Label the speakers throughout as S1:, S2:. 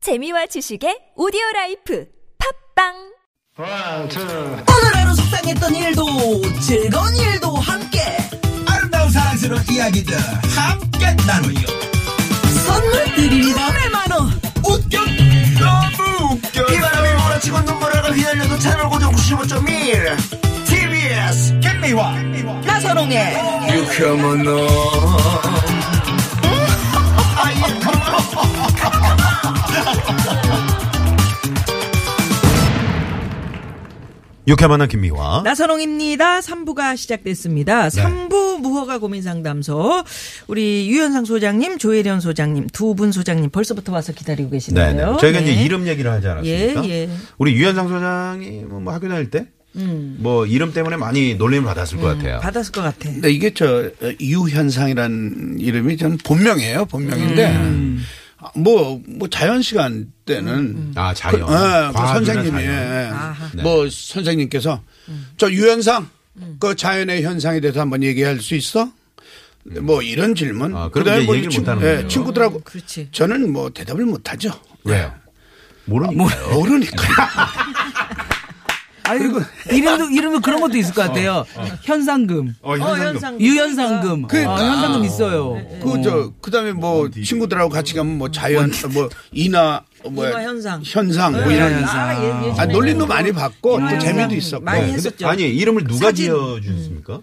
S1: 재미와 지식의 오디오 라이프 팝빵
S2: One, two.
S3: 오늘 하루 속상했던 일도 즐거운 일도 함께
S4: 아름다운 사랑스러운 이야기들 함께 나누요
S3: 선물 드립니다 100만원
S4: 웃겨 너무 웃겨
S2: 바람이 몰아치고 눈물을 휘날려도 채널 고정 95.1 TBS
S4: 김미화
S3: 나선홍의
S2: 유쾌한 너
S5: 유쾌 만난 김미화.
S3: 나선홍입니다 3부가 시작됐습니다 3부 무허가 고민상담소 우리 유현상 소장님 조혜련 소장님 두 분 소장님 벌써부터 와서
S5: 네네.
S3: 기다리고 계시네요
S5: 저희가 이제 이름 얘기를 하지 않았습니까?
S3: 예, 예.
S5: 우리 유현상 소장이 뭐, 뭐 학교 다닐 때, 뭐 이름 때문에 많이 놀림을 받았을 것 같아요.
S3: 음. 받았을 것 같아
S6: 근데 이게 저 어, 유현상이라는 이름이 전 본명이에요. 본명인데
S3: 음.
S6: 뭐 뭐 자연 시간 때는
S5: 아, 자연.
S6: 그, 예, 그
S5: 과학이나
S6: 선생님이
S5: 자연. 네.
S6: 예.
S3: 아하.
S6: 뭐 선생님께서 저 유현상 그 자연의 현상에 대해서 한번 얘기할 수 있어? 뭐 이런 질문.
S5: 음. 아, 그럼
S6: 그다음에
S5: 이제
S6: 뭐
S5: 얘기를
S6: 이 친-
S5: 못하는
S6: 예,
S5: 거죠.
S6: 친구들하고
S3: 음, 그렇지
S6: 저는 뭐 대답을 못 하죠.
S5: 왜요?
S3: 아,
S5: 모르니까. 아,
S6: 모르니까.
S7: 아니, 그리고 이름도 이름도 그런 것도 있을 것 같아요. 현상금,
S5: 어,
S3: 어
S5: 현상
S3: 현상
S7: 유현상금,
S6: 그러니까.
S7: 어,
S5: 아,
S7: 현상금 있어요.
S6: 그 저 그다음에 뭐 친구들하고 같이 가면 뭐 자연 뭐 이나 뭐
S3: 인화 현상.
S6: 현상 뭐
S3: 네,
S6: 이런
S3: 네, 아, 예, 예전에
S5: 어.
S6: 아, 놀림도 많이 받고
S3: 이런
S6: 또 재미도
S3: 현상
S6: 있었고.
S3: 많이
S5: 네. 근데
S3: 했었죠.
S5: 아니, 이름을 누가
S3: 사진. 음.
S5: 지어주셨습니까?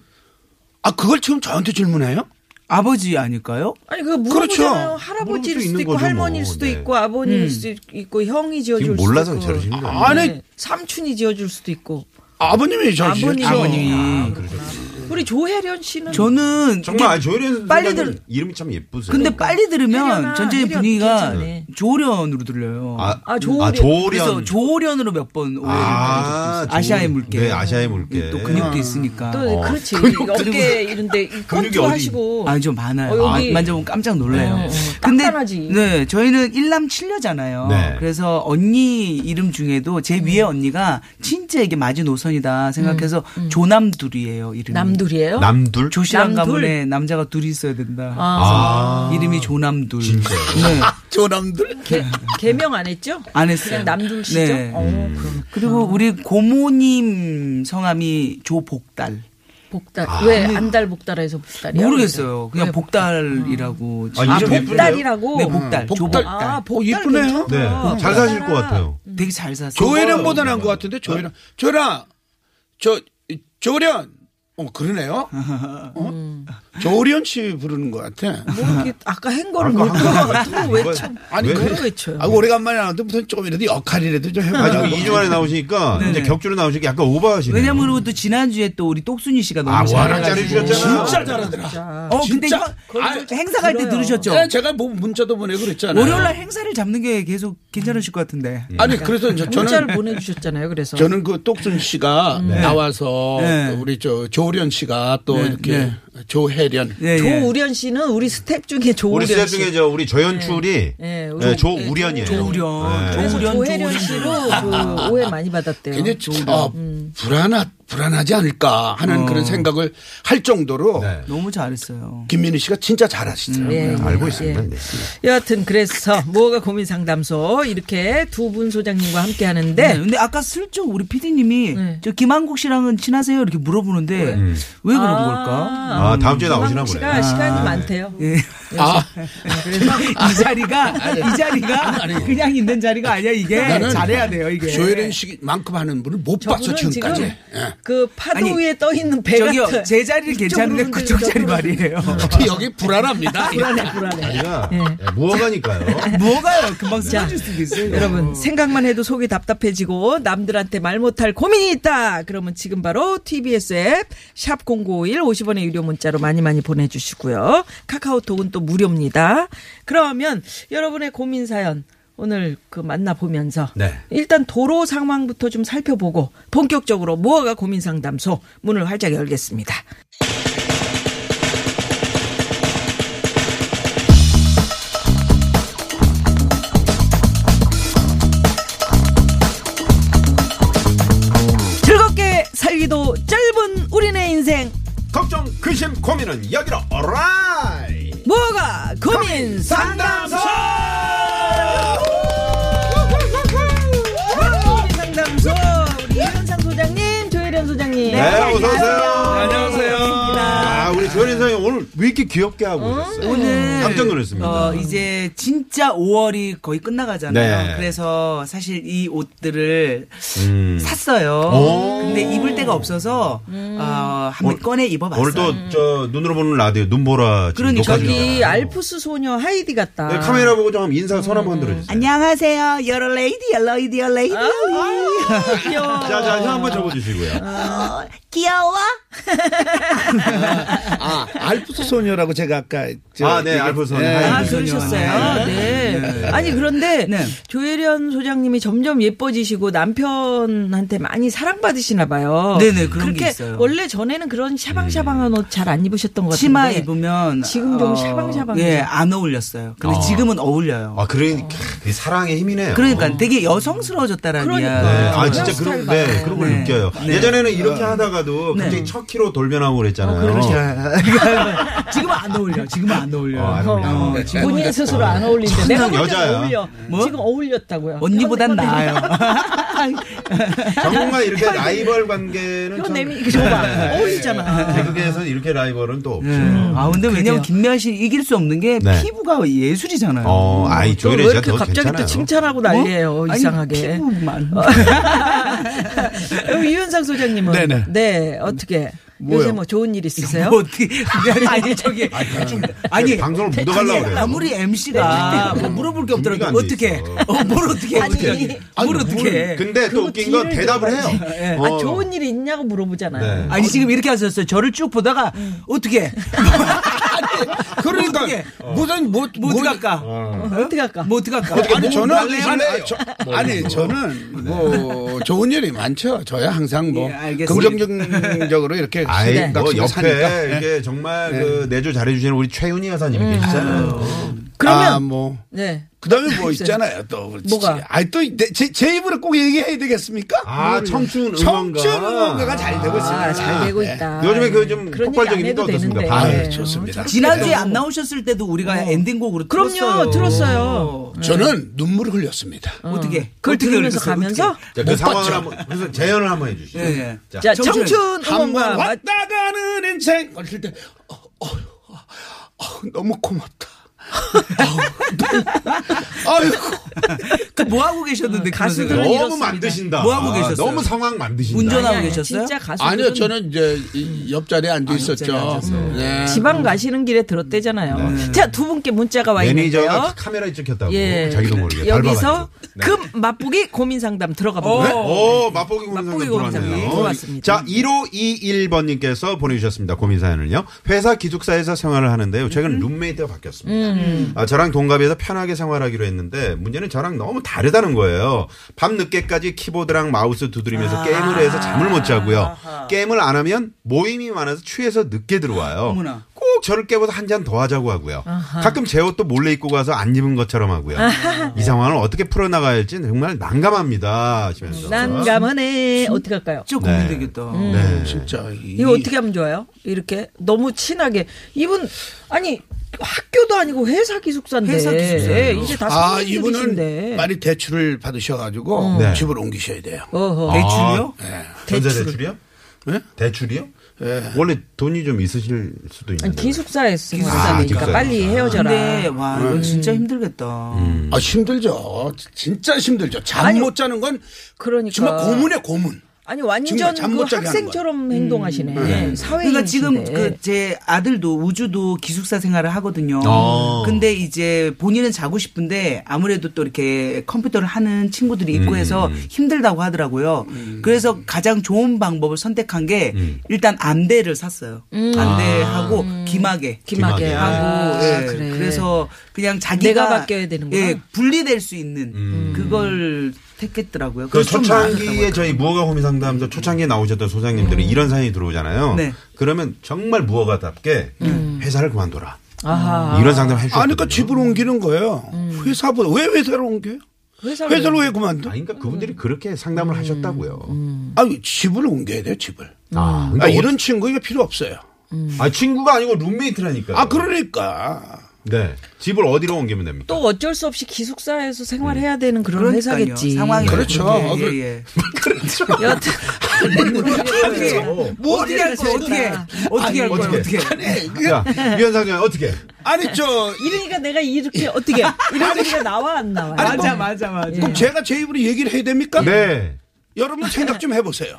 S6: 아, 그걸 지금 저한테 질문해요?
S7: 아버지 아닐까요?
S3: 아니 그거 물어보잖아요.
S6: 그렇죠.
S3: 할아버지일
S5: 물어볼 수
S3: 수도
S5: 있는
S3: 있고
S5: 거죠,
S3: 할머니일
S5: 뭐.
S3: 수도
S5: 네.
S3: 있고
S7: 음.
S3: 아버님일 수도 있고 형이 지어줄
S5: 지금
S3: 수도
S5: 몰라서
S3: 있고
S5: 저러시는 거 아니에요?
S6: 아, 아니,
S3: 네. 삼촌이 지어줄 수도 있고
S6: 아버님이 저지셨
S3: 아버님이.
S6: 죠
S3: 아버님이.
S7: 아니,
S3: 우리 조혜련 씨는
S7: 저는
S5: 음, 그렇죠. 정말 아니, 조혜련
S7: 빨리
S5: 선생님
S7: 들-
S5: 이름이 참 예쁘세요.
S7: 근데
S3: 그러니까.
S7: 빨리
S3: 혜련아,
S7: 들으면 전체의
S3: 혜련
S7: 분위기가
S3: 괜찮네.
S7: 조련으로 들려요.
S5: 아,
S3: 아, 조련.
S5: 아,
S7: 그래서
S5: 조련.
S7: 조련으로 몇 번 오해를
S5: 아,
S7: 받은 적도 있어요. 아시아의
S5: 조련.
S7: 물개.
S5: 네, 아시아의 물개.
S7: 또 근육도 있으니까.
S3: 또
S5: 어,
S3: 그렇지
S5: 근육
S3: 어깨 이런데
S5: 근육이
S3: 컨투
S5: 어디-
S3: 하시고
S7: 아니 좀 많아요.
S3: 어, 여기-
S7: 아, 만져보면 깜짝 놀라요.
S3: 어, 어. 깐깐하지.
S7: 네 저희는 일남 칠녀잖아요.
S5: 네.
S7: 그래서 언니 이름 중에도 제
S3: 음.
S7: 위에 언니가 진짜 이게 마지노선이다 생각해서 조남둘이에요
S3: 음.
S7: 이름.
S3: 남둘이에요?
S5: 남둘?
S7: 조실한
S3: 남둘?
S7: 가문에 남자가 둘이 있어야 된다.
S5: 아.
S7: 이름이 조남둘.
S5: 진짜요?
S7: 네.
S6: 조남들?
S3: 개, 개명 안 했죠?
S7: 안 했어요.
S3: 그냥 남둘 씨죠?
S7: 네.
S3: 어, 그럼
S7: 그리고 우리 고모님 성함이 조복달.
S3: 복달
S5: 아.
S3: 왜 안달 복달해서 복달이야?
S7: 모르겠어요. 그냥
S3: 왜
S7: 복달이라고. 지금-
S5: 아,
S3: 아
S5: 이름 음,
S3: 복달이라고
S7: 네, 복달. 조복달.
S3: 아
S6: 어,
S3: 복달
S6: 예쁘네요.
S5: 네.
S3: 아,
S5: 잘 사실 것 같아요.
S7: 되게 잘 샀어요.
S6: 조혜련보다 나은 것 같은데, 조혜련. 조혜련! 저, 이, 조련! 어, 그러네요. 어? 조련 씨 부르는 것 같아.
S3: 뭐 이렇게 아까 한 거를
S5: 아까
S3: 못
S5: 한거 같은데
S3: 외쳐
S5: 이거-
S6: 아니,
S5: 왜?
S3: 그걸 외쳐요.
S6: 아, 오래간만에 나왔는데 무슨 조금이라도 역할이라도 좀 해봐요.
S5: 아니, 지금 2주 만에 나오시니까 이제 격주로 나오시니까 약간 오버하시네요.
S7: 왜냐면 그리고 또 지난주에 또 우리 똑순이 씨가 너무
S5: 아, 워낙
S7: 잘해가지고.
S5: 잘해주셨잖아요.
S6: 진짜 잘하더라.
S7: 어, 근데
S6: 진짜.
S7: 형,
S6: 아,
S7: 저 행사 갈 때
S3: 들어요.
S7: 들으셨죠?
S6: 네, 제가 뭐 문자도 보내고 그랬잖아요.
S7: 월요일날 행사를 잡는 게 계속 괜찮으실 것 같은데.
S5: 예.
S6: 아니, 그래서 저,
S3: 문자를
S6: 저는
S3: 보내주셨잖아요. 그래서
S6: 저는 그 똑순 씨가 나와서
S7: 네.
S6: 또 우리 저 조련 씨가 또
S7: 네,
S6: 이렇게
S7: 네.
S6: 조혜련
S7: 예, 예.
S3: 조우련 씨는 우리 스텝 중에
S5: 우리
S3: 조우련
S5: 스텝
S3: 씨.
S5: 중에 저 우리 조연출이
S3: 네, 우리-
S5: 네, 조우련이에요.
S7: 조우련.
S5: 네.
S3: 그래서
S7: 조우련,
S3: 조혜련
S7: 조우련.
S3: 씨로 그 오해 많이 받았대요.
S6: 굉장히 어, 불안하, 불안하지 않을까 하는 그런 생각을 할 정도로
S5: 네.
S7: 너무 잘했어요.
S6: 김민희 씨가 진짜 잘하시죠.
S3: 예,
S5: 알고
S3: 예.
S5: 있습니다. 네.
S3: 여하튼 그래서 무허가 고민 상담소 이렇게 두 분 소장님과 함께
S7: 네.
S3: 하는데
S7: 근데 아까 슬쩍 우리 피디님이
S3: 네.
S7: 저 김한국 씨랑은 친하세요? 이렇게 물어보는데 왜 그런 걸까?
S5: 음. 아, 다음 주에 나오시나
S3: 김한국 씨가
S5: 보네요.
S3: 시간이 많대요.
S7: 예.
S6: 아,
S7: 이 자리가 이 자리가 그냥 있는 자리가 아니야 이게
S6: 나는
S7: 잘해야 돼요 이게.
S6: 조혜련 씨만큼 하는 분을 못 봤어,
S3: 저분은 지금
S6: 지금까지. 예.
S3: 그 파도
S7: 아니,
S3: 위에 떠 있는 배
S7: 저기요
S3: 같아.
S7: 제 자리는 괜찮은데
S3: 이쪽으로
S7: 그쪽 자리
S3: 흔들리고
S7: 말이에요.
S6: 여기 불안합니다. 아,
S3: 불안해 불안해.
S5: 제가 아, 네, 무허가니까요.
S7: 뭐가요? 금방 쓰러질 수도 있어요.
S3: 여러분 생각만 해도 속이 답답해지고 남들한테 말 못할 고민이 있다. 그러면 지금 바로 TBS 앱 샵 0951 50원의 유료 문자로 많이 많이 보내주시고요. 카카오톡은 또 무료입니다. 그러면 여러분의 고민 사연 오늘 그 만나보면서
S5: 네.
S3: 일단 도로 상황부터 좀 살펴보고 본격적으로 무허가 고민 상담소 문을 활짝 열겠습니다. 즐겁게 살기도 짧은 우리네 인생
S5: 걱정, 근심, 고민은 여기로 오라이!
S3: 무허가 고민 상담소
S5: 상담소! 네, 어서오세요.
S6: 안녕하세요.
S5: 아, 우리 조현인 선생님 오늘 왜 이렇게 귀엽게 하고 오셨어요?
S7: 오늘
S5: 깜짝 놀랐습니다.
S7: 어, 이제 진짜 5월이 거의 끝나가잖아요.
S5: 네.
S7: 그래서 사실 이 옷들을
S5: 음.
S7: 샀어요.
S5: 오.
S7: 근데 입을 데가 없어서
S3: 음.
S7: 어, 한번
S5: 오늘-
S7: 꺼내 입어봤어요.
S5: 오늘 또, 저, 눈으로 보는 라디오, 눈보라. 지금
S7: 그러니까.
S5: 녹화 중이잖아요.
S3: 저기 알프스 소녀 하이디 같다.
S5: 네, 카메라 보고 좀 인사 손 한번 들어주세요.
S7: 안녕하세요, 여러 레이디, 여러 레이디, 여러 레이디.
S3: 아, 귀여워.
S5: 자, 자, 혀 한번 접어주시고요.
S7: 귀여워.
S6: 아, 알프스 소녀라고 제가 아까. 저-
S5: 아, 네, 알프스 소녀.
S6: 네.
S3: 아,
S5: 네,
S3: 그러셨어요. 네. 아니, 그런데
S7: 네.
S3: 조혜련 소장님이 점점 예뻐지시고 남편한테 많이 사랑받으시나 봐요.
S7: 네네, 그런
S3: 렇게
S7: 게 있어요.
S3: 아,
S7: 네.
S3: 원래 전에는 그런 샤방샤방한 옷 잘 안 입으셨던 것 같은데.
S7: 치마 입으면
S3: 지금 좀 샤방샤방.
S7: 예, 안 어울렸어요. 근데 지금은 어울려요.
S5: 아, 그러니, 그게 사랑의 힘이네요.
S7: 그러니까 되게 여성스러워졌다라는
S3: 그러니까.
S5: 네.
S7: 이야기.
S5: 아,
S3: 그런
S5: 진짜 그런,
S3: 스타일
S5: 네,
S3: 같아요.
S5: 그런 걸
S7: 네.
S5: 느껴요.
S7: 네.
S5: 예전에는 이렇게 하다가도 갑자기 첫 키로 돌변하고 그랬잖아요.
S7: 지금은 안 어울려. 지금은 안 어울려.
S5: 어, 안 어울려.
S6: 네.
S7: 어, 지금은
S3: 본인 스스로 안 어울린대. 내가 볼 때는
S5: 여자야.
S3: 어울려.
S7: 뭐?
S3: 지금 어울렸다고요.
S7: 언니보단 나아요.
S5: 전문가 이렇게 라이벌 관계는
S3: 이거
S5: 참
S3: 내미 아, 이거
S7: 네.
S3: 봐. 어울리잖아.
S5: 개그계에서는 이렇게 라이벌은 또 없죠.
S7: 음. 아, 근데
S3: 그러게요.
S7: 왜냐면 김미아 씨 이길 수 없는 게
S5: 네.
S7: 피부가 예술이잖아요.
S5: 어, 아이
S3: 왜
S5: 조혜리 씨가
S3: 이렇게
S5: 더
S3: 갑자기
S5: 괜찮아요.
S3: 또 칭찬하고 난리예요.
S7: 뭐? 아니,
S3: 이상하게.
S7: 피부만.
S3: 그럼 이윤상 소장님은
S6: 네네.
S3: 네, 어떻게 요새 뭐 좋은 일 있으세요?
S7: 뭐 어떻게 아니 저기 아니
S5: 방송을 묻어가려고 그래요.
S7: 아무리 MC가 뭐 물어볼 게 없더라도
S5: 준비가 안돼
S7: 어떻게
S5: 있어.
S7: 어, 뭘 어떻게 어떻게 뭘 어떻게
S5: 근데 또 웃긴 건 대답을 해요. 어.
S3: 아, 좋은 일이 있냐고 물어보잖아요.
S5: 뭐. 네.
S7: 아니 지금 이렇게 하셨어요. 저를 쭉 보다가 어떻게
S6: 그러니까
S7: 어떡해.
S6: 무슨 뭐, 뭐-
S7: 뭐 어떻게 할까?
S3: 어떻게 할까?
S7: 뭐 어떻게 할까?
S6: 아니 저는 아니,
S7: 몰라요.
S6: 아니, 저, 뭐 아니 저는 뭐 좋은 일이 많죠. 저야 항상 뭐
S7: 예, 알겠습니다.
S6: 긍정적으로 이렇게
S5: 아이 뭐
S6: 생각하고
S5: 옆에
S6: 사니까. 예.
S5: 이게 정말 그 내조 잘해주시는 우리 최윤희 여사님이 계시잖아요.
S3: 그러면-
S6: 아, 뭐
S3: 네.
S6: 그다음에 뭐 있잖아요 또
S3: 뭐가?
S6: 아이 또제제 입으로 꼭 얘기해야 되겠습니까?
S5: 아, 청춘 응원가.
S6: 청춘 응원가가 잘 되고 있습니다.
S3: 아, 잘 되고 네.
S6: 네.
S3: 있다.
S5: 요즘에 그 좀
S3: 그런
S5: 폭발적인
S3: 얘기 안 해도
S5: 인도 어떻습니까?
S3: 되는데.
S5: 반응.
S7: 네,
S6: 아유, 좋습니다.
S7: 어,
S6: 네.
S7: 지난주에 안 나오셨을 때도 우리가 엔딩곡으로
S3: 그럼요,
S7: 들었어요.
S3: 들었어요.
S6: 저는 눈물을 흘렸습니다.
S7: 어떻게?
S3: 그걸
S7: 어떻게
S3: 들으면서
S7: 그랬어요?
S3: 가면서
S7: 어떻게?
S5: 자, 그 상황을 한번 그래서 재연을 한번 해주시죠.
S7: 예, 예.
S5: 자,
S3: 자,
S7: 청춘
S3: 청춘 응원가
S6: 한번
S3: 마-
S6: 왔다 가는 인생 걸칠 때 어, 어, 어, 어, 너무 고맙다. 어, 아유,
S7: 그러니까 그뭐 하고 계셨는데
S3: 아, 가수들은
S7: 그러세요?
S5: 너무
S3: 이렇습니다.
S5: 만드신다.
S7: 뭐 하고
S5: 아,
S7: 계셨어요?
S5: 너무 상황 만드신다.
S7: 운전하고
S3: 아니,
S7: 계셨어요?
S3: 진짜 가수
S6: 아니요, 저는 이제 이 옆자리에 앉아
S7: 옆자리에
S6: 있었죠.
S7: 앉았어요.
S6: 네.
S3: 지방 가시는 길에 들었대잖아요.
S7: 네.
S3: 자, 두 분께 문자가 와 있는데요.
S5: 매니저가 카메라에 찍혔다고
S3: 예.
S5: 어, 자기도 모르게
S3: 여기서
S5: 밟아가지고. 네.
S3: 금 맛보기 고민 상담 들어가 볼까요?
S5: 오, 네? 맛보기 공상담
S3: 맛보기
S5: 들어왔네요.
S3: 공상담 들어왔습니다.
S5: 자, 1521번님께서 보내주셨습니다. 고민 사연을요. 회사 기숙사에서 생활을 하는데요.
S3: 음.
S5: 최근 룸메이트가 바뀌었습니다. 아, 저랑 동갑이어서 편하게 생활하기로 했는데 문제는 저랑 너무 다르다는 거예요. 밤 늦게까지 키보드랑 마우스 두드리면서
S3: 아.
S5: 게임을 해서 잠을 못 자고요. 게임을 안 하면 모임이 많아서 취해서 늦게 들어와요.
S7: 어머나.
S5: 꼭 저를 깨워서 한 잔 더 하자고 하고요. 가끔 제 옷도 몰래 입고 가서 안 입은 것처럼 하고요. 이 상황을 어떻게 풀어나가야 할지 정말 난감합니다. 하시면서.
S3: 난감하네. 어떻게 할까요?
S7: 진짜 고민되겠다.
S3: 음.
S5: 네.
S6: 진짜 이-
S3: 이거 어떻게 하면 좋아요? 이렇게 너무 친하게 이분 아니 학교도 아니고 회사 기숙사인데
S7: 회사 기숙사예요.
S3: 예, 이제 다
S6: 아,
S3: 성인들이신데 음.
S6: 이분은 많이 대출을 받으셔가지고
S5: 네.
S6: 집을 옮기셔야 돼요.
S5: 아,
S3: 어허
S7: 대출이요?
S5: 전자 대출이요?
S6: 예?
S5: 대출이요? 원래 돈이 좀 있으실 수도
S3: 아니,
S5: 있는데.
S3: 기숙사에
S5: 기숙사.
S3: 쓰니까
S5: 아,
S3: 빨리 헤어져라.
S7: 근데 와 이거 진짜 힘들겠다.
S6: 아 힘들죠. 진짜 힘들죠. 잠 못 자는 건
S3: 그러니까
S6: 정말 고문에 고문.
S3: 아니
S6: 정말
S3: 완전
S6: 잠
S3: 그
S6: 못 자게 하는
S3: 학생처럼 행동하시네. 사회
S7: 그러니까 지금 그 제 아들도 우주도 기숙사 생활을 하거든요.
S5: 어.
S7: 근데 이제 본인은 자고 싶은데 아무래도 또 이렇게 컴퓨터를 하는 친구들이 있고 해서 힘들다고 하더라고요.
S3: 음.
S7: 그래서 가장 좋은 방법을 선택한 게 일단 안대를 샀어요. 안대하고 기마개.
S3: 음. 아. 기막에
S5: 기막에.
S7: 하고
S3: 하고
S7: 예.
S3: 아, 그래.
S7: 그래서 그냥 자기가
S3: 내가 바뀌어야 되는구나.
S7: 예, 분리될 수 있는 그걸 택했더라고요.
S5: 그
S7: 그래서 좀 나아졌다고 음.
S5: 초창기에 저희 무허가 호미 상담소 초창기에 나오셨던 소장님들이 이런 사연이 들어오잖아요.
S7: 네. 음.
S5: 그러면 정말 무허가답게 회사를 그만둬라.
S3: 아하.
S5: 이런 상담 을 해주셨거든요.
S6: 아니, 그러니까 집을
S3: 음.
S6: 옮기는 거예요. 회사보다 왜 회사를 옮겨요?
S3: 회사를,
S6: 회사를 왜 그만둬?
S5: 아니, 그러니까 그분들이 그렇게
S7: 음.
S5: 상담을 하셨다고요.
S6: 아니 집을 옮겨야 돼요 집을.
S5: 아, 그러니까
S6: 아, 이런 친구 이거 필요 없어요.
S5: 어- 아, 친구가 아니고 룸메이트라니까.
S6: 아 그러니까
S5: 네. 집을 어디로 옮기면 됩니까?
S3: 또 어쩔 수 없이 기숙사에서 생활해야 되는 그런
S7: 네. 그러니까요. 예.
S3: 회사겠지.
S7: 상황이
S6: 그렇죠.
S7: 그렇게, 예, 예.
S3: 여튼 그렇죠.
S5: 그렇죠.
S6: 뭐
S7: 어떻게 할 거야? 어떻게? 어떻게 할 거야?
S5: 어떻게?
S7: 어떻게?
S5: 야, 유현상 님 어떻게?
S6: 그, 아니 저
S3: 이러니까 내가 이렇게 어떻게 이런 소리가 나와 안 나와? 요
S7: 맞아, 맞아, 예. 맞아.
S3: 네.
S6: 그럼 제가 제 입으로 얘기를 해야 됩니까?
S5: 네.
S6: 여러분 생각 좀 해보세요.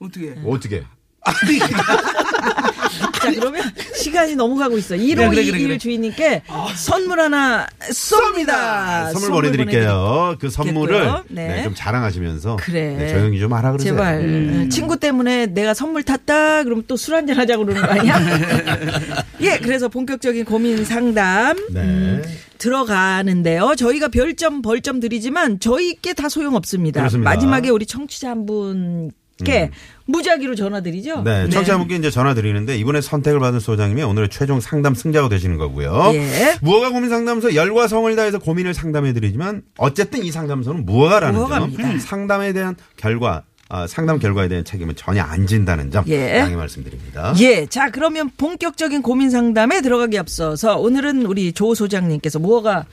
S7: 어떻게?
S5: 어떻게?
S6: 아니
S3: 자 그러면 시간이 넘어가고 있어. 1호
S7: 네, 그래, 그래, 그래,
S3: 21
S7: 그래. 아.
S3: 주인님께 선물 하나 쏩니다.
S5: 선물 보내드릴게요. 그 선물을
S3: 네.
S5: 네, 좀 자랑하시면서
S3: 그래.
S5: 네, 조용히 좀 하라 그러세요.
S3: 제발
S7: 네.
S3: 음. 친구 때문에 내가 선물 탔다 그러면 또 술 한잔 하자고 그러는 거 아니야? 예, 그래서 본격적인 고민 상담
S5: 네.
S3: 들어가는데요. 저희가 별점 벌점 드리지만 저희께 다 소용 없습니다.
S5: 그렇습니다. 음.
S3: 마지막에 우리 청취자 한 분께 무작위로 전화 드리죠.
S5: 네, 청취자분께 이제 전화 드리는데 이번에 선택을 받은 소장님이 오늘의 최종 상담 승자가 되시는 거고요.
S3: 예.
S5: 무허가 고민 상담소 열과 성을 다해서 고민을 상담해 드리지만 어쨌든 이 상담소는 무허가라는
S3: 무허가입니다.
S5: 점, 음, 상담에 대한 결과, 아, 상담 결과에 대한 책임은 전혀 안 진다는 점
S3: 예.
S5: 양해 말씀드립니다.
S3: 예, 자 그러면 본격적인 고민 상담에 들어가기 앞서서 오늘은 우리 조 소장님께서 무허가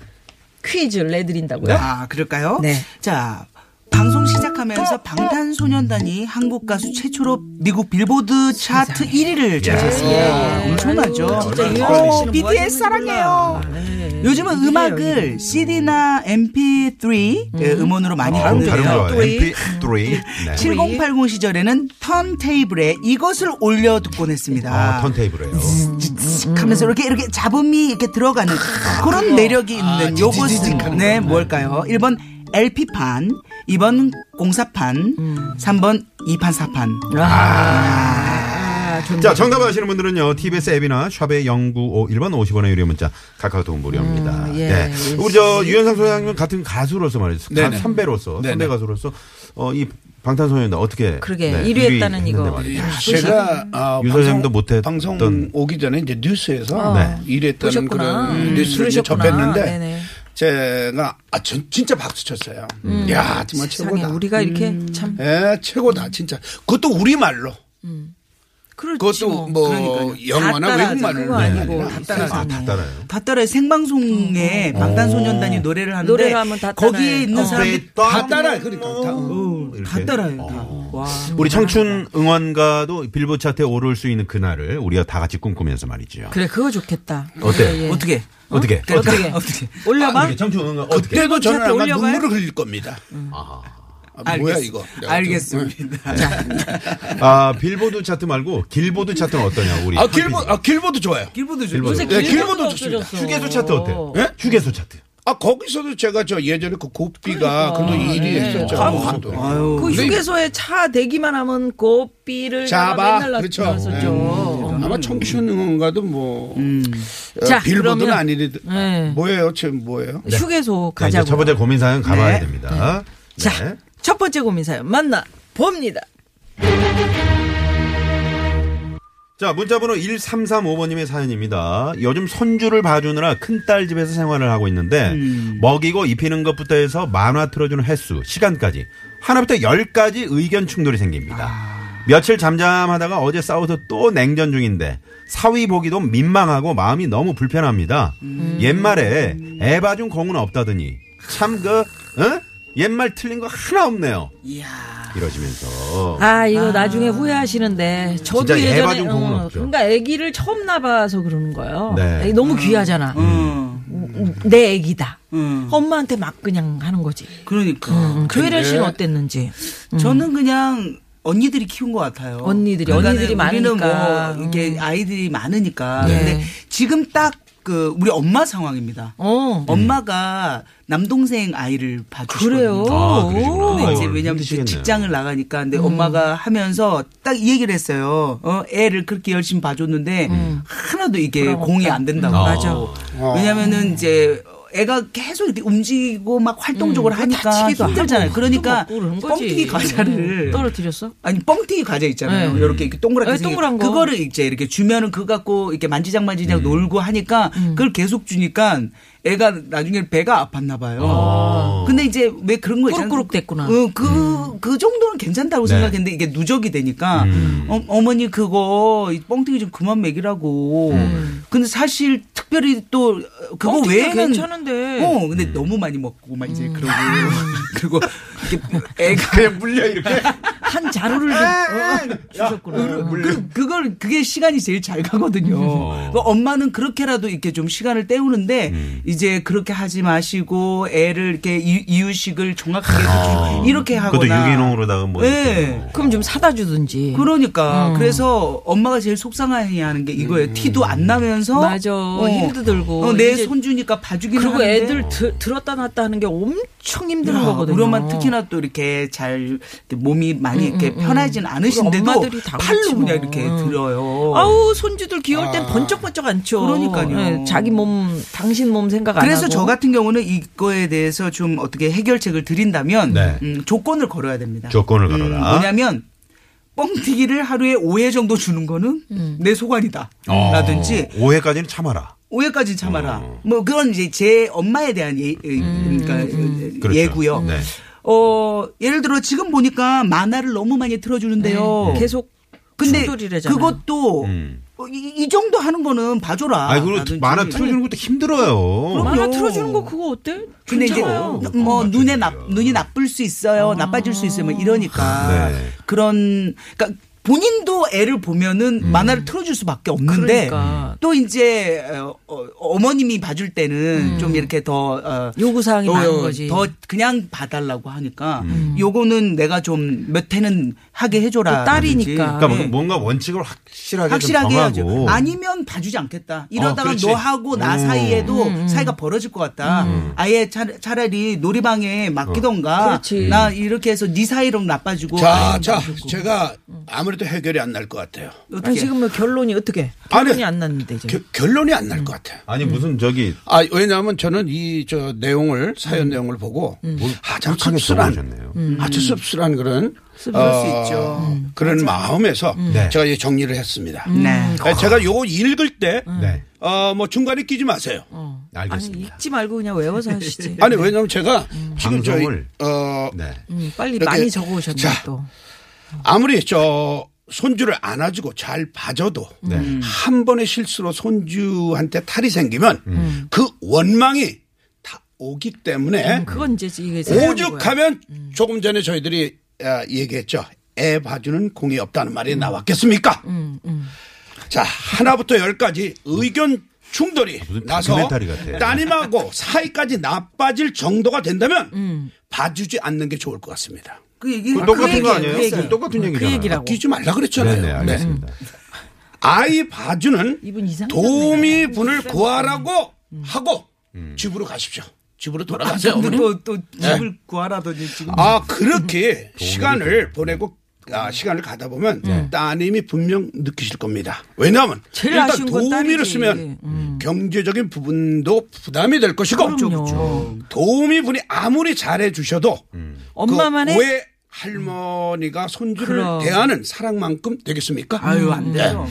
S3: 퀴즈를 내드린다고요.
S7: 아, 그럴까요?
S3: 네.
S7: 자, 방송 시작하면서 방탄소년단이 한국 가수 최초로 미국 빌보드 차트 1위를 차지했습니다. 예, 엄청나죠?
S3: 진짜
S5: 네.
S3: 유현상
S7: 어,
S3: 씨는 뭐
S7: BTS
S3: 하시는지
S7: 사랑해요. 요즘은 음악을 CD나 MP3 예. 음원으로 많이
S5: 어,
S3: 예.
S5: 다른 거
S7: 하는데요.
S5: MP3. 네.
S7: 7080 시절에는 턴테이블에 이것을 올려 듣곤 했습니다.
S5: 아, 턴테이블이에요.
S3: 음.
S7: 칙 하면서 이렇게 이렇게 잡음이 이렇게 들어가는 그런 매력이 있는 요것은 네 뭘까요? 1번 LP판, 2번 공사판, 3번 2판 4판.
S5: 자, 정답 아시는 분들은요, TBS 앱이나 샵의 0951번 50원의 유료 문자, 카카오톡 무료입니다.
S3: 음,
S5: 예.
S3: 예, 예.
S5: 우리 저, 유현상 소장님 같은 가수로서 말이죠. 가-
S6: 네네.
S5: 선배로서, 선배
S6: 네네.
S5: 가수로서, 어, 이 방탄소년단 어떻게.
S3: 그러게,
S5: 네,
S3: 1위 했다는
S5: 했는데
S3: 이거.
S5: 말이죠.
S6: 제가 아,
S5: 유
S6: 방송,
S5: 선생님도 못했던-
S6: 방송 오기 전에 이제 뉴스에서
S5: 네.
S6: 일했다는
S3: 보셨구나.
S6: 그런 뉴스를 이제
S3: 들으셨구나.
S6: 접했는데
S3: 네네.
S6: 제가 아, 전 진짜 박수 쳤어요. 야 정말
S3: 세상에
S6: 최고다.
S3: 우리가 이렇게 참
S6: 예, 최고다 진짜. 그것도 우리 말로.
S3: 그렇지
S6: 그것도 뭐 영어나 네.
S3: 다 따라하지,
S6: 외국말을
S3: 그거 아니고
S6: 아니라
S3: 다 네.
S6: 세상에.
S3: 따라하지.
S5: 다 따라요.
S7: 다 따라 생방송에 방탄소년단이 노래를 하는데
S3: 노래를 하면 다 따라해.
S7: 거기에 있는
S5: 네.
S3: 어.
S7: 사람이
S6: 다 따라해 그러니까 다.
S7: 다
S5: 이렇게.
S7: 따라요. 다. 와.
S5: 우리 청춘 응원가도 빌보드 차트에 오를 수 있는 그날을 우리가 다 같이 꿈꾸면서 말이죠.
S3: 그래 그거 좋겠다.
S5: 어때?
S3: 예, 예.
S7: 어떻게?
S5: 어떻게?
S3: 어떻게?
S7: 어떻게?
S6: 아,
S3: 올려봐.
S5: 어떻게? 청춘 응원 어떻게?
S6: 그때도 저는
S3: 콘서트
S6: 아마
S3: 올려봐요?
S6: 눈물을 흘릴 겁니다. 아, 뭐야
S7: 알겠-
S6: 이거? 내가 좀, 음.
S7: 알겠습니다.
S5: 아, 빌보드 차트 말고 길보드 차트는 어떠냐고, 우리.
S6: 아 길보 아 길보도 좋아요.
S7: 길보드 좀.
S5: 빌보드.
S6: 네, 길보도
S3: 길보도가
S6: 좋습니다.
S3: 없어졌어.
S5: 휴게소 차트 어때요?
S6: 예?
S5: 휴게소 차트. 네,
S6: 아 거기서도 제가 저 예전에 그 곱비가 그래도 1위 했었죠.
S5: 아,
S6: 그것도.
S3: 그
S6: 근데
S3: 휴게소에 차 대기만 하면 고삐를
S6: 잡아
S3: 맨날
S6: 그렇죠.
S3: 났었죠.
S6: 음. 아마 청춘 응원가도 뭐 어,
S3: 어, 자,
S6: 빌보드는
S3: 그러면-
S6: 아니리도
S3: 네.
S6: 뭐예요 지금 뭐예요?
S3: 휴게소
S5: 자, 이제
S3: 가자고.
S5: 첫 번째 고민 사연 가봐야
S7: 네.
S5: 됩니다.
S3: 자,
S5: 네.
S3: 첫 번째 고민 사연 만나 봅니다.
S5: 자, 문자번호 1335번님의 사연입니다. 요즘 손주를 봐주느라 큰딸 집에서 생활을 하고 있는데, 먹이고 입히는 것부터 해서 만화 틀어주는 횟수, 시간까지, 하나부터 열까지 의견 충돌이 생깁니다. 며칠 잠잠하다가 어제 싸워서 또 냉전 중인데, 사위 보기도 민망하고 마음이 너무 불편합니다. 옛말에 애 봐준 공은 없다더니, 참 그, 응? 옛말 틀린 거 하나 없네요. 이러시면서.
S3: 아 이거 나중에 후회하시는데 저도
S5: 진짜
S3: 예전에
S5: 예바 좀 공은 없죠.
S3: 그러니까 아기를 처음 낳아서 그런 거예요.
S5: 네.
S3: 아기 너무 귀하잖아. 음, 내 아기다.
S7: 음.
S3: 엄마한테 막 그냥 하는 거지.
S7: 그러니까.
S3: 음, 조혜련 씨는 어땠는지
S7: 저는 그냥 언니들이 키운 것 같아요.
S3: 음. 언니들이,
S7: 그러니까는
S3: 언니들이
S7: 우리는
S3: 많으니까. 음.
S7: 뭐 이게 아이들이 많으니까.
S3: 네.
S7: 근데 지금 딱 그 우리 엄마 상황입니다.
S3: 어.
S7: 엄마가 남동생 아이를 봐주시거든요.
S3: 그래요?
S5: 아, 그러시구나.
S7: 근데 이제
S5: 아유,
S7: 왜냐면
S5: 힘드시겠네요.
S7: 직장을 나가니까 근데
S3: 음.
S7: 엄마가 하면서 딱 이 얘기를 했어요. 어, 애를 그렇게 열심히 봐줬는데 하나도 이게 공이 안 된다고.
S3: 음. 맞아.
S7: 왜냐면은 이제 애가 계속 이렇게 움직이고 막 활동적으로 하니까
S3: 다치기도
S7: 힘들잖아요.
S3: 음. 그 하고
S7: 그러니까
S3: 밥도 먹고 뭐 그러는 거지.
S7: 뻥튀기 과자를
S3: 음, 떨어뜨렸어?
S7: 아니 뻥튀기 과자 있잖아요.
S3: 네.
S7: 이렇게 이렇게 동그랗게
S3: 네,
S7: 생긴-
S3: 동그란 거. 음.
S7: 그거를 이제 이렇게 주면은 그거 갖고 이렇게 만지작만지작 놀고 하니까 그걸 계속 주니까 애가 나중에 배가 아팠나 봐요. 근데 이제 왜 그런 거 있잖아요.
S3: 꾸룩꾸룩 됐구나.
S7: 어, 그, 그 정도는 괜찮다고
S5: 음. 네. 음.
S7: 생각했는데 이게 누적이 되니까 어, 머니 그거 이 뻥튀기 좀 그만 먹이라고.
S5: 음.
S7: 근데 사실 특별히 또 그거
S3: 뻥튀기가
S7: 외에는
S3: 괜찮은데. 음.
S7: 어,
S5: 음.
S7: 근데 너무 많이 먹고 막 이제 그러고 그리고 이렇게 애가
S5: 그냥 물려, 이렇게.
S7: 한 자루를 좀
S5: 음,
S7: 주셨구나. 그, 그걸 그게 시간이 제일 잘 가거든요. 그 엄마는 그렇게라도 이렇게 좀 시간을 때우는데
S5: 음.
S7: 이제 그렇게 하지 마시고 애를 이렇게 이- 이유식을 정확하게 해서 좀 이렇게 하거나.
S5: 아. 그것도 유기농으로다가 뭐 이렇게
S7: 네.
S5: 뭐.
S3: 그럼 좀 사다 주든지.
S7: 그러니까
S3: 어.
S7: 그래서 엄마가 제일 속상해하는 게 이거예요.
S5: 음.
S7: 티도 안 나면서
S3: 맞아. 힘도 들고.
S7: 어, 내
S3: 이제
S7: 손주니까 봐주기는
S3: 그리고
S7: 하는데.
S3: 애들 드- 들었다 놨다 하는 게 엄청 힘든
S7: 야,
S3: 거거든요.
S7: 우리 엄마 특히나 또 이렇게 잘 이렇게 몸이
S3: 음,
S7: 많이 이렇게 편하진 않으신데도
S3: 엄마들이 다 그렇지
S7: 팔로
S3: 뭐.
S7: 그냥 이렇게
S3: 음.
S7: 들어요.
S3: 아우 손주들 귀여울 땐 번쩍번쩍 안죠. 네,
S7: 그러니까요.
S3: 자기 몸, 당신 몸 생각 안
S7: 그래서
S3: 하고.
S7: 저 같은 경우는 이거에 대해서 좀 어떻게 해결책을 드린다면
S5: 네.
S7: 음, 조건을 걸어야 됩니다.
S5: 조건을
S7: 음,
S5: 걸어라.
S7: 뭐냐면 뻥튀기를 하루에 5회 정도 주는 거는
S3: 음.
S7: 내 소관이다.
S5: 어,
S7: 라든지
S5: 5회까지는 참아라.
S7: 5회까지 참아라.
S5: 어.
S7: 뭐 그건 이제 제 엄마에 대한 예,
S3: 음.
S7: 그러니까
S5: 그렇죠.
S7: 예고요.
S5: 네.
S7: 어 예를 들어 지금 보니까 만화를 너무 많이 틀어주는데요.
S3: 네. 음. 계속
S7: 근데
S3: 충돌이래잖아요.
S7: 그것도
S5: 음.
S7: 어, 이, 이 정도 하는 거는 봐줘라.
S5: 아, 그리고
S7: 라든지.
S5: 만화 틀어주는 것도 힘들어요.
S3: 만화
S7: 그럼요.
S3: 틀어주는 거 그거 어때?
S7: 근데 이제
S3: 괜찮아요.
S7: 눈- 뭐 눈에 나, 눈이 나쁠 수 있어요. 나빠질 수 있어요. 뭐 이러니까
S5: 네.
S7: 그런 그러니까 본인도 애를 보면은 만화를 틀어줄 수밖에 없는데
S3: 음. 그러니까.
S7: 또 이제 어, 어, 머님이 봐줄 때는 좀 이렇게 더 어,
S3: 음. 요구사항이
S7: 어,
S3: 많은 거지. 음.
S7: 더 그냥 봐달라고 하니까 요거는 내가 좀 몇 회는 하게
S3: 또
S7: 해줘라.
S3: 딸이니까. 뭐
S5: 그러니까
S7: 예.
S5: 뭔가 원칙을 확실하게,
S7: 확실하게
S5: 좀
S7: 해야죠.
S5: 정하고.
S7: 아니면 봐주지 않겠다. 이러다가
S5: 그렇지.
S7: 너하고 나
S5: 음.
S7: 사이에도 사이가 벌어질 것 같다. 아예 차, 라리 놀이방에
S5: 어.
S7: 맡기던가.
S3: 그렇지.
S7: 나 이렇게 해서 네 사이로 나빠지고.
S6: 자, 자, 제가 아무래도 해결이 안 날 것 같아요.
S7: 어떻게.
S3: 아니, 지금 뭐 결론이 어떻게?
S6: 아니,
S3: 결론이 안 났는데 이제.
S6: 겨- 결론이 안 날 것 같아요.
S5: 아니 무슨 저기
S6: 아, 왜냐하면 저는 이 저 내용을 사연 내용을 보고 아주
S5: 착하게
S6: 씁쓸한
S5: 써보셨네요.
S6: 아주 씁쓸한 그런 어,
S7: 그럴 수 있죠.
S6: 그런 마음에서
S5: 네.
S6: 제가 이 정리를 했습니다.
S3: 음.
S7: 네.
S6: 아, 제가 요거 읽을 때
S5: 네.
S6: 어, 뭐 중간에 끼지 마세요.
S3: 아니
S5: 알겠습니다.
S3: 읽지 말고 그냥 외워서 하시지.
S6: 아니 왜냐면 제가 지금 저희
S5: 방송을.
S6: 어
S5: 네.
S3: 음, 빨리
S6: 이렇게-
S3: 많이 적어 오셨네
S6: 자.
S3: 또.
S6: 아무리 저 손주를 안아주고 잘 봐줘도
S5: 네.
S6: 한 번의 실수로 손주한테 탈이 생기면
S5: 음.
S6: 그 원망이 다 오기 때문에
S5: 음,
S3: 그건 이제 이게 사연인 거야.
S6: 네? 오죽하면 조금 전에 저희들이 아, 얘기했죠. 애 봐주는 공이 없다는 말이
S5: 음.
S6: 나왔겠습니까? 자 하나부터 열까지 의견 충돌이
S5: 아, 무슨
S6: 나서
S5: 다큐멘터리 같아.
S6: 따님하고 사이까지 나빠질 정도가 된다면
S5: 음.
S6: 봐주지 않는 게 좋을 것 같습니다.
S7: 그 얘기.
S5: 그 똑같은 거
S3: 얘기예요, 그
S5: 아니에요?
S3: 얘기예요.
S5: 그 똑같은
S3: 그
S5: 얘기잖아요.
S3: 얘기라고.
S6: 끼지 말라 그랬잖아요.
S5: 네, 네, 알겠습니다.
S6: 아이 봐주는
S3: 이분 이상하네.
S6: 도우미 분을 구하라고 하고
S3: 음.
S6: 집으로 가십시오. 집으로
S3: 뭐
S6: 돌아가세요. 어머니.
S7: 또, 또 집을
S5: 네.
S7: 구하라더니 지금.
S6: 아 그렇게 시간을 보내고 네. 아, 시간을 가다 보면 따님이 분명 느끼실 겁니다. 왜냐하면
S3: 제일
S6: 일단
S3: 아쉬운 건
S6: 도우미를
S3: 딸이지. 음.
S6: 쓰면 경제적인 부분도 부담이 될 것이고
S3: 그럼요.
S6: 도우미 분이 아무리 잘해 주셔도
S3: 엄마만의-
S6: 그 왜 할머니가 손주를
S3: 그럼.
S6: 대하는 사랑만큼 되겠습니까? 예.
S7: 아유, 안 되죠.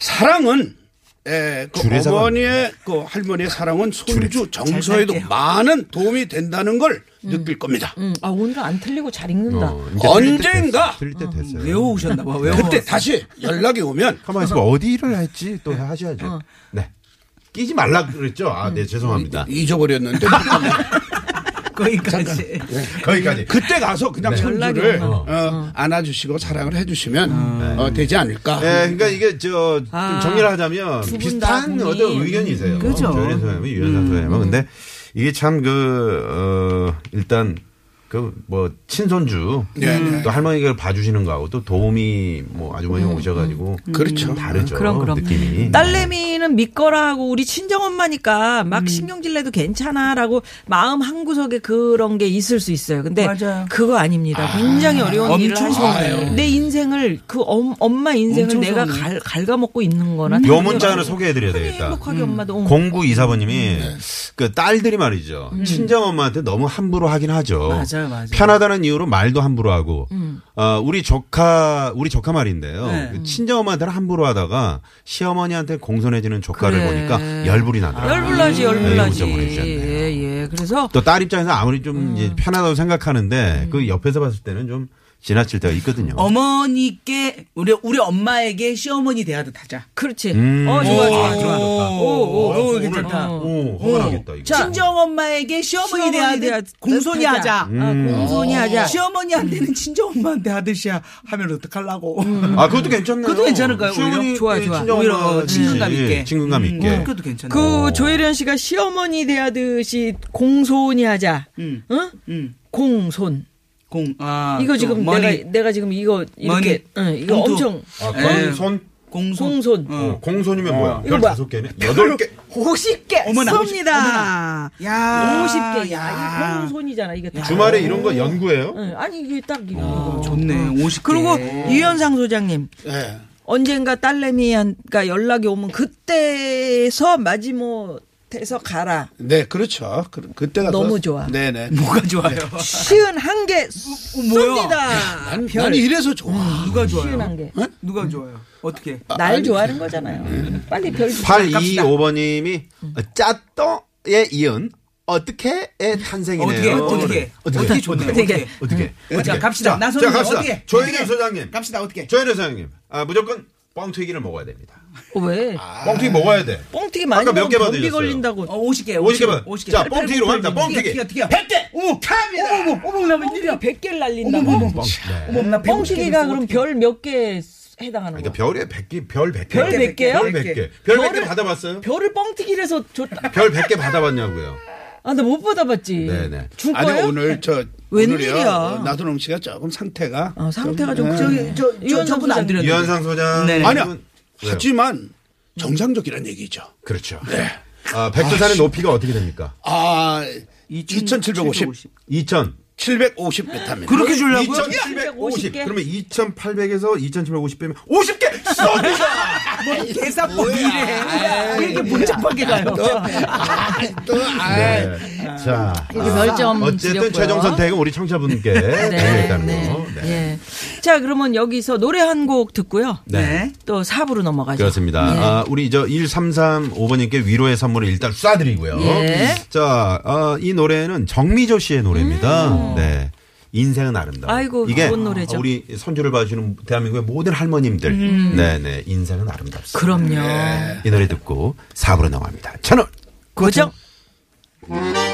S6: 사랑은 에, 그
S5: 줄에서
S6: 어머니의 그 할머니의 사랑은 손주 정서에도 많은 도움이 된다는 걸 느낄 겁니다.
S3: 음, 아 오늘 안 틀리고 잘 읽는다.
S5: 어, 이제 틀릴 때
S6: 언젠가!
S5: 됐- 틀릴 때 됐어요.
S7: 음, 외워오셨나 봐. 외워.
S6: 그때 다시 연락이 오면
S5: 가만히 있어 봐. 어디 일을 했지 또 하셔야죠. 네. 끼지 말라 그랬죠. 아, 네, 죄송합니다.
S6: 잊어버렸는데 예.
S7: 거기까지.
S5: 거기까지. 네.
S6: 그때 가서 그냥 손주를 어, 안아주시고 사랑을 해주시면
S3: 음.
S5: 네.
S6: 어, 되지 않을까.
S5: 예, 그러니까 이게 저, 좀
S3: 아,
S5: 정리를 하자면
S3: 두분다 음.
S5: 비슷한
S3: 고민.
S5: 어떤 의견이세요.
S7: 그죠.
S5: 조연선 선생님, 유연선 선생님은. 근데 이게 참 그, 어, 일단 그 뭐 친손주
S6: 네, 네.
S5: 또 할머니가 봐주시는 거하고 또 도우미 뭐 아주머니
S3: 음,
S5: 오셔가지고
S6: 그렇죠.
S5: 다르죠.
S3: 그럼 그럼
S5: 느낌이.
S3: 딸내미는 믿거라 하고 우리 친정엄마니까 막
S7: 음.
S3: 신경질 내도 괜찮아라고 마음 한 구석에 그런 게 있을 수 있어요. 근데
S7: 맞아요.
S3: 그거 아닙니다. 굉장히 어려운 일을
S7: 엄청 아,
S3: 하시는 거예요. 내 인생을 그 엄, 엄마 인생을
S7: 엄청
S3: 내가
S7: 서운해.
S3: 갈, 갉아먹고 있는 거나
S5: 요
S3: 다른
S5: 문자 하나
S3: 거라서
S5: 소개해드려야
S3: 참
S5: 되겠다.
S3: 행복하게
S7: 음.
S3: 엄마도 어, 응.
S5: 공구 이사번님이
S7: 네.
S5: 그 딸들이 말이죠 친정 엄마한테 너무 함부로 하긴 하죠.
S7: 음. 맞아요, 맞아요.
S5: 편하다는 이유로 말도 함부로 하고 어, 우리 조카 우리 조카 말인데요. 그
S7: 네.
S5: 친정 엄마한테는 함부로 하다가 시어머니한테 공손해지는 조카를
S3: 그래.
S5: 보니까 열불이 나더라고요.
S3: 열불나지 열불나지. 예,
S5: 네, 문자 보내주셨네요.
S3: 예예. 그래서
S7: 음.
S5: 또 딸 입장에서 아무리 좀 이제 편하다고 생각하는데 그 옆에서 봤을 때는 좀 지나칠 때가 있거든요.
S7: 어머니께 우리 우리 엄마에게 시어머니 대하듯 하자.
S3: 그렇지.
S5: 음.
S3: 어, 좋아, 좋아, 좋아.
S7: 오, 오, 오,
S5: 어, 오늘
S7: 괜찮다.
S5: 오, 허물하겠다 이거.
S3: 자.
S7: 친정 엄마에게 시어머니
S3: 시어머니
S7: 대하듯
S3: 대하듯
S7: 공손히
S3: 하자.
S7: 하자.
S5: 음.
S7: 아,
S3: 공손히 하자.
S7: 시어머니한테는 친정 엄마한테 하듯이야 하면 어떡하려고.
S5: 아 그것도 괜찮네요.
S7: 그것도 괜찮을까요, 오히려?
S5: 시어머니 예,
S3: 좋아, 좋아.
S5: 친정
S7: 오히려
S5: 엄마가
S7: 친근감
S5: 되지.
S7: 있게. 음.
S5: 친근감 있게. 음.
S7: 그래도 괜찮아.
S3: 그 조혜련 씨가 시어머니 대하듯이 공손히 하자.
S7: 음.
S3: 응?
S7: 음.
S3: 공손.
S7: 공, 아,
S3: 이거
S7: 또
S3: 지금
S7: 머니,
S3: 내가 내가 지금 이거 이렇게 응, 이거
S7: 봉투.
S3: 엄청
S5: 아,
S7: 예.
S5: 공손
S7: 공손.
S3: 공손.
S5: 어, 공손이면 뭐야?
S3: 이거
S5: 열
S3: 뭐야?
S5: 다섯 개네. 여덟 개.
S3: 50개
S7: 어머나,
S3: 쏩니다.
S7: 야,
S3: 50개. 야,
S7: 야.
S3: 이 공손이잖아. 이게 다.
S5: 주말에 이런 거 연구해요?
S3: 응, 아니 이게 딱 이거.
S7: 어, 좋네. 50개.
S3: 그리고 유현상 소장님
S6: 예.
S3: 언젠가 딸내미가 연락이 오면 그때서 마지못해서 가라.
S6: 네, 그렇죠. 그, 그때가
S3: 너무
S6: 더-
S3: 좋아. 음.
S6: 네, 네.
S7: 뭐가 좋아요?
S3: 시은 한 개
S7: 어,
S3: 쏩니다.
S6: 난, 난 이래서 좋아.
S3: 음.
S7: 누가
S3: 시은 한
S7: 좋아요?
S3: 개.
S7: 누가 좋아요? 네. 어떻게?
S3: 날 좋아하는 거잖아요. 빨리 별 주자.
S5: 825번님이 짜또에 이은 어떻게의 탄생이네요.
S7: 어떻게, 어떻게, 어떻게 좋나요? 어떻게?
S5: 어떻게?
S7: 자, 갑시다. 나선이
S5: 자, 갑시다.
S7: 어떻게?
S5: 조혜련 소장님.
S6: 갑시다, 어떻게?
S5: 조혜련 소장님. 아, 무조건 뻥튀기를 먹어야 됩니다.
S3: 왜?
S7: 아.
S5: 뻥튀기 먹어야 돼.
S3: 뻥튀기 많이
S5: 아, 아까 몇개
S3: 먹으면 변비
S5: 받으셨어요?
S3: 걸린다고.
S7: 어, 50개.
S5: 50개만.
S7: 50개.
S5: 자, 뻥튀기로 갑니다. 뻥튀기.
S7: 튀겨, 튀겨. 100개. 어머, 갑니다. 어머, 어머, 어머, 나면
S3: 뻥튀기 100개를
S7: 어머, 어머,
S3: 날린다고.
S7: 어머.
S5: 네.
S7: 어머, 나 배고프겠어,
S3: 뻥튀기가 그럼
S7: 어떡해.
S3: 별 몇 개 해당하는
S5: 그러니까
S3: 거야?
S5: 별에 100개, 별 100개.
S3: 별 100 개요?
S5: 별 100개. 별 100개
S3: 별을-
S5: 받아봤어요?
S3: 별을 뻥튀기해서 줬다.
S5: 별 100개 받아봤냐고요.
S3: 아, 나 못 받아봤지.
S5: 네네.
S3: 줄
S6: 아니,
S3: 거예요?
S6: 오늘 저.
S3: 웬일이야.
S6: 오늘이요. 어, 나선홍 씨가 조금 상태가.
S3: 어, 상태가 좀
S7: 저기, 저, 저,
S3: 이현상
S7: 저분 안
S3: 소장님.
S7: 드렸는데.
S5: 유현상 소장.
S7: 네.
S6: 예. 아니야.
S5: 왜요?
S6: 하지만 정상적이라는 얘기죠.
S5: 그렇죠. 아, 백두산의 높이가 어떻게 됩니까?
S6: 아,
S3: 음.
S7: 2750.
S6: 2750.
S5: 2000.
S6: 750m입니다.
S7: 그렇게 주려고요?
S5: 2750.
S3: 750 개?
S5: 그러면 2800에서 2750 빼면 50개 쏩니다. 아,
S7: 계산법이 이래. 왜 이렇게 복잡하게 가요?
S6: 또, 아,
S5: 네. 자. 아,
S3: 이렇게 별점
S5: 어쨌든
S3: 드렸고요.
S5: 최종 선택은 우리 청자분께 드리겠다는 거. 네.
S3: 예. 자, 그러면 여기서 노래 한 곡 듣고요.
S7: 네.
S3: 또 4부로 넘어가죠. 네.
S5: 그렇습니다. 아, 우리 저 1335번님께 위로의 선물을 일단 쏴드리고요.
S3: 예.
S5: 자, 어, 이 노래는 정미조 씨의 노래입니다. 네. 인생은 아름다워.
S3: 음. 아이고,
S5: 이게
S3: 좋은 노래죠.
S5: 우리 선주를 봐주시는 대한민국의 모든 할머님들.
S3: 음.
S5: 네네. 인생은 아름답습니다.
S3: 그럼요.
S5: 네. 이 노래 듣고 4부로 넘어갑니다. 채널
S3: 고정.
S5: 고정.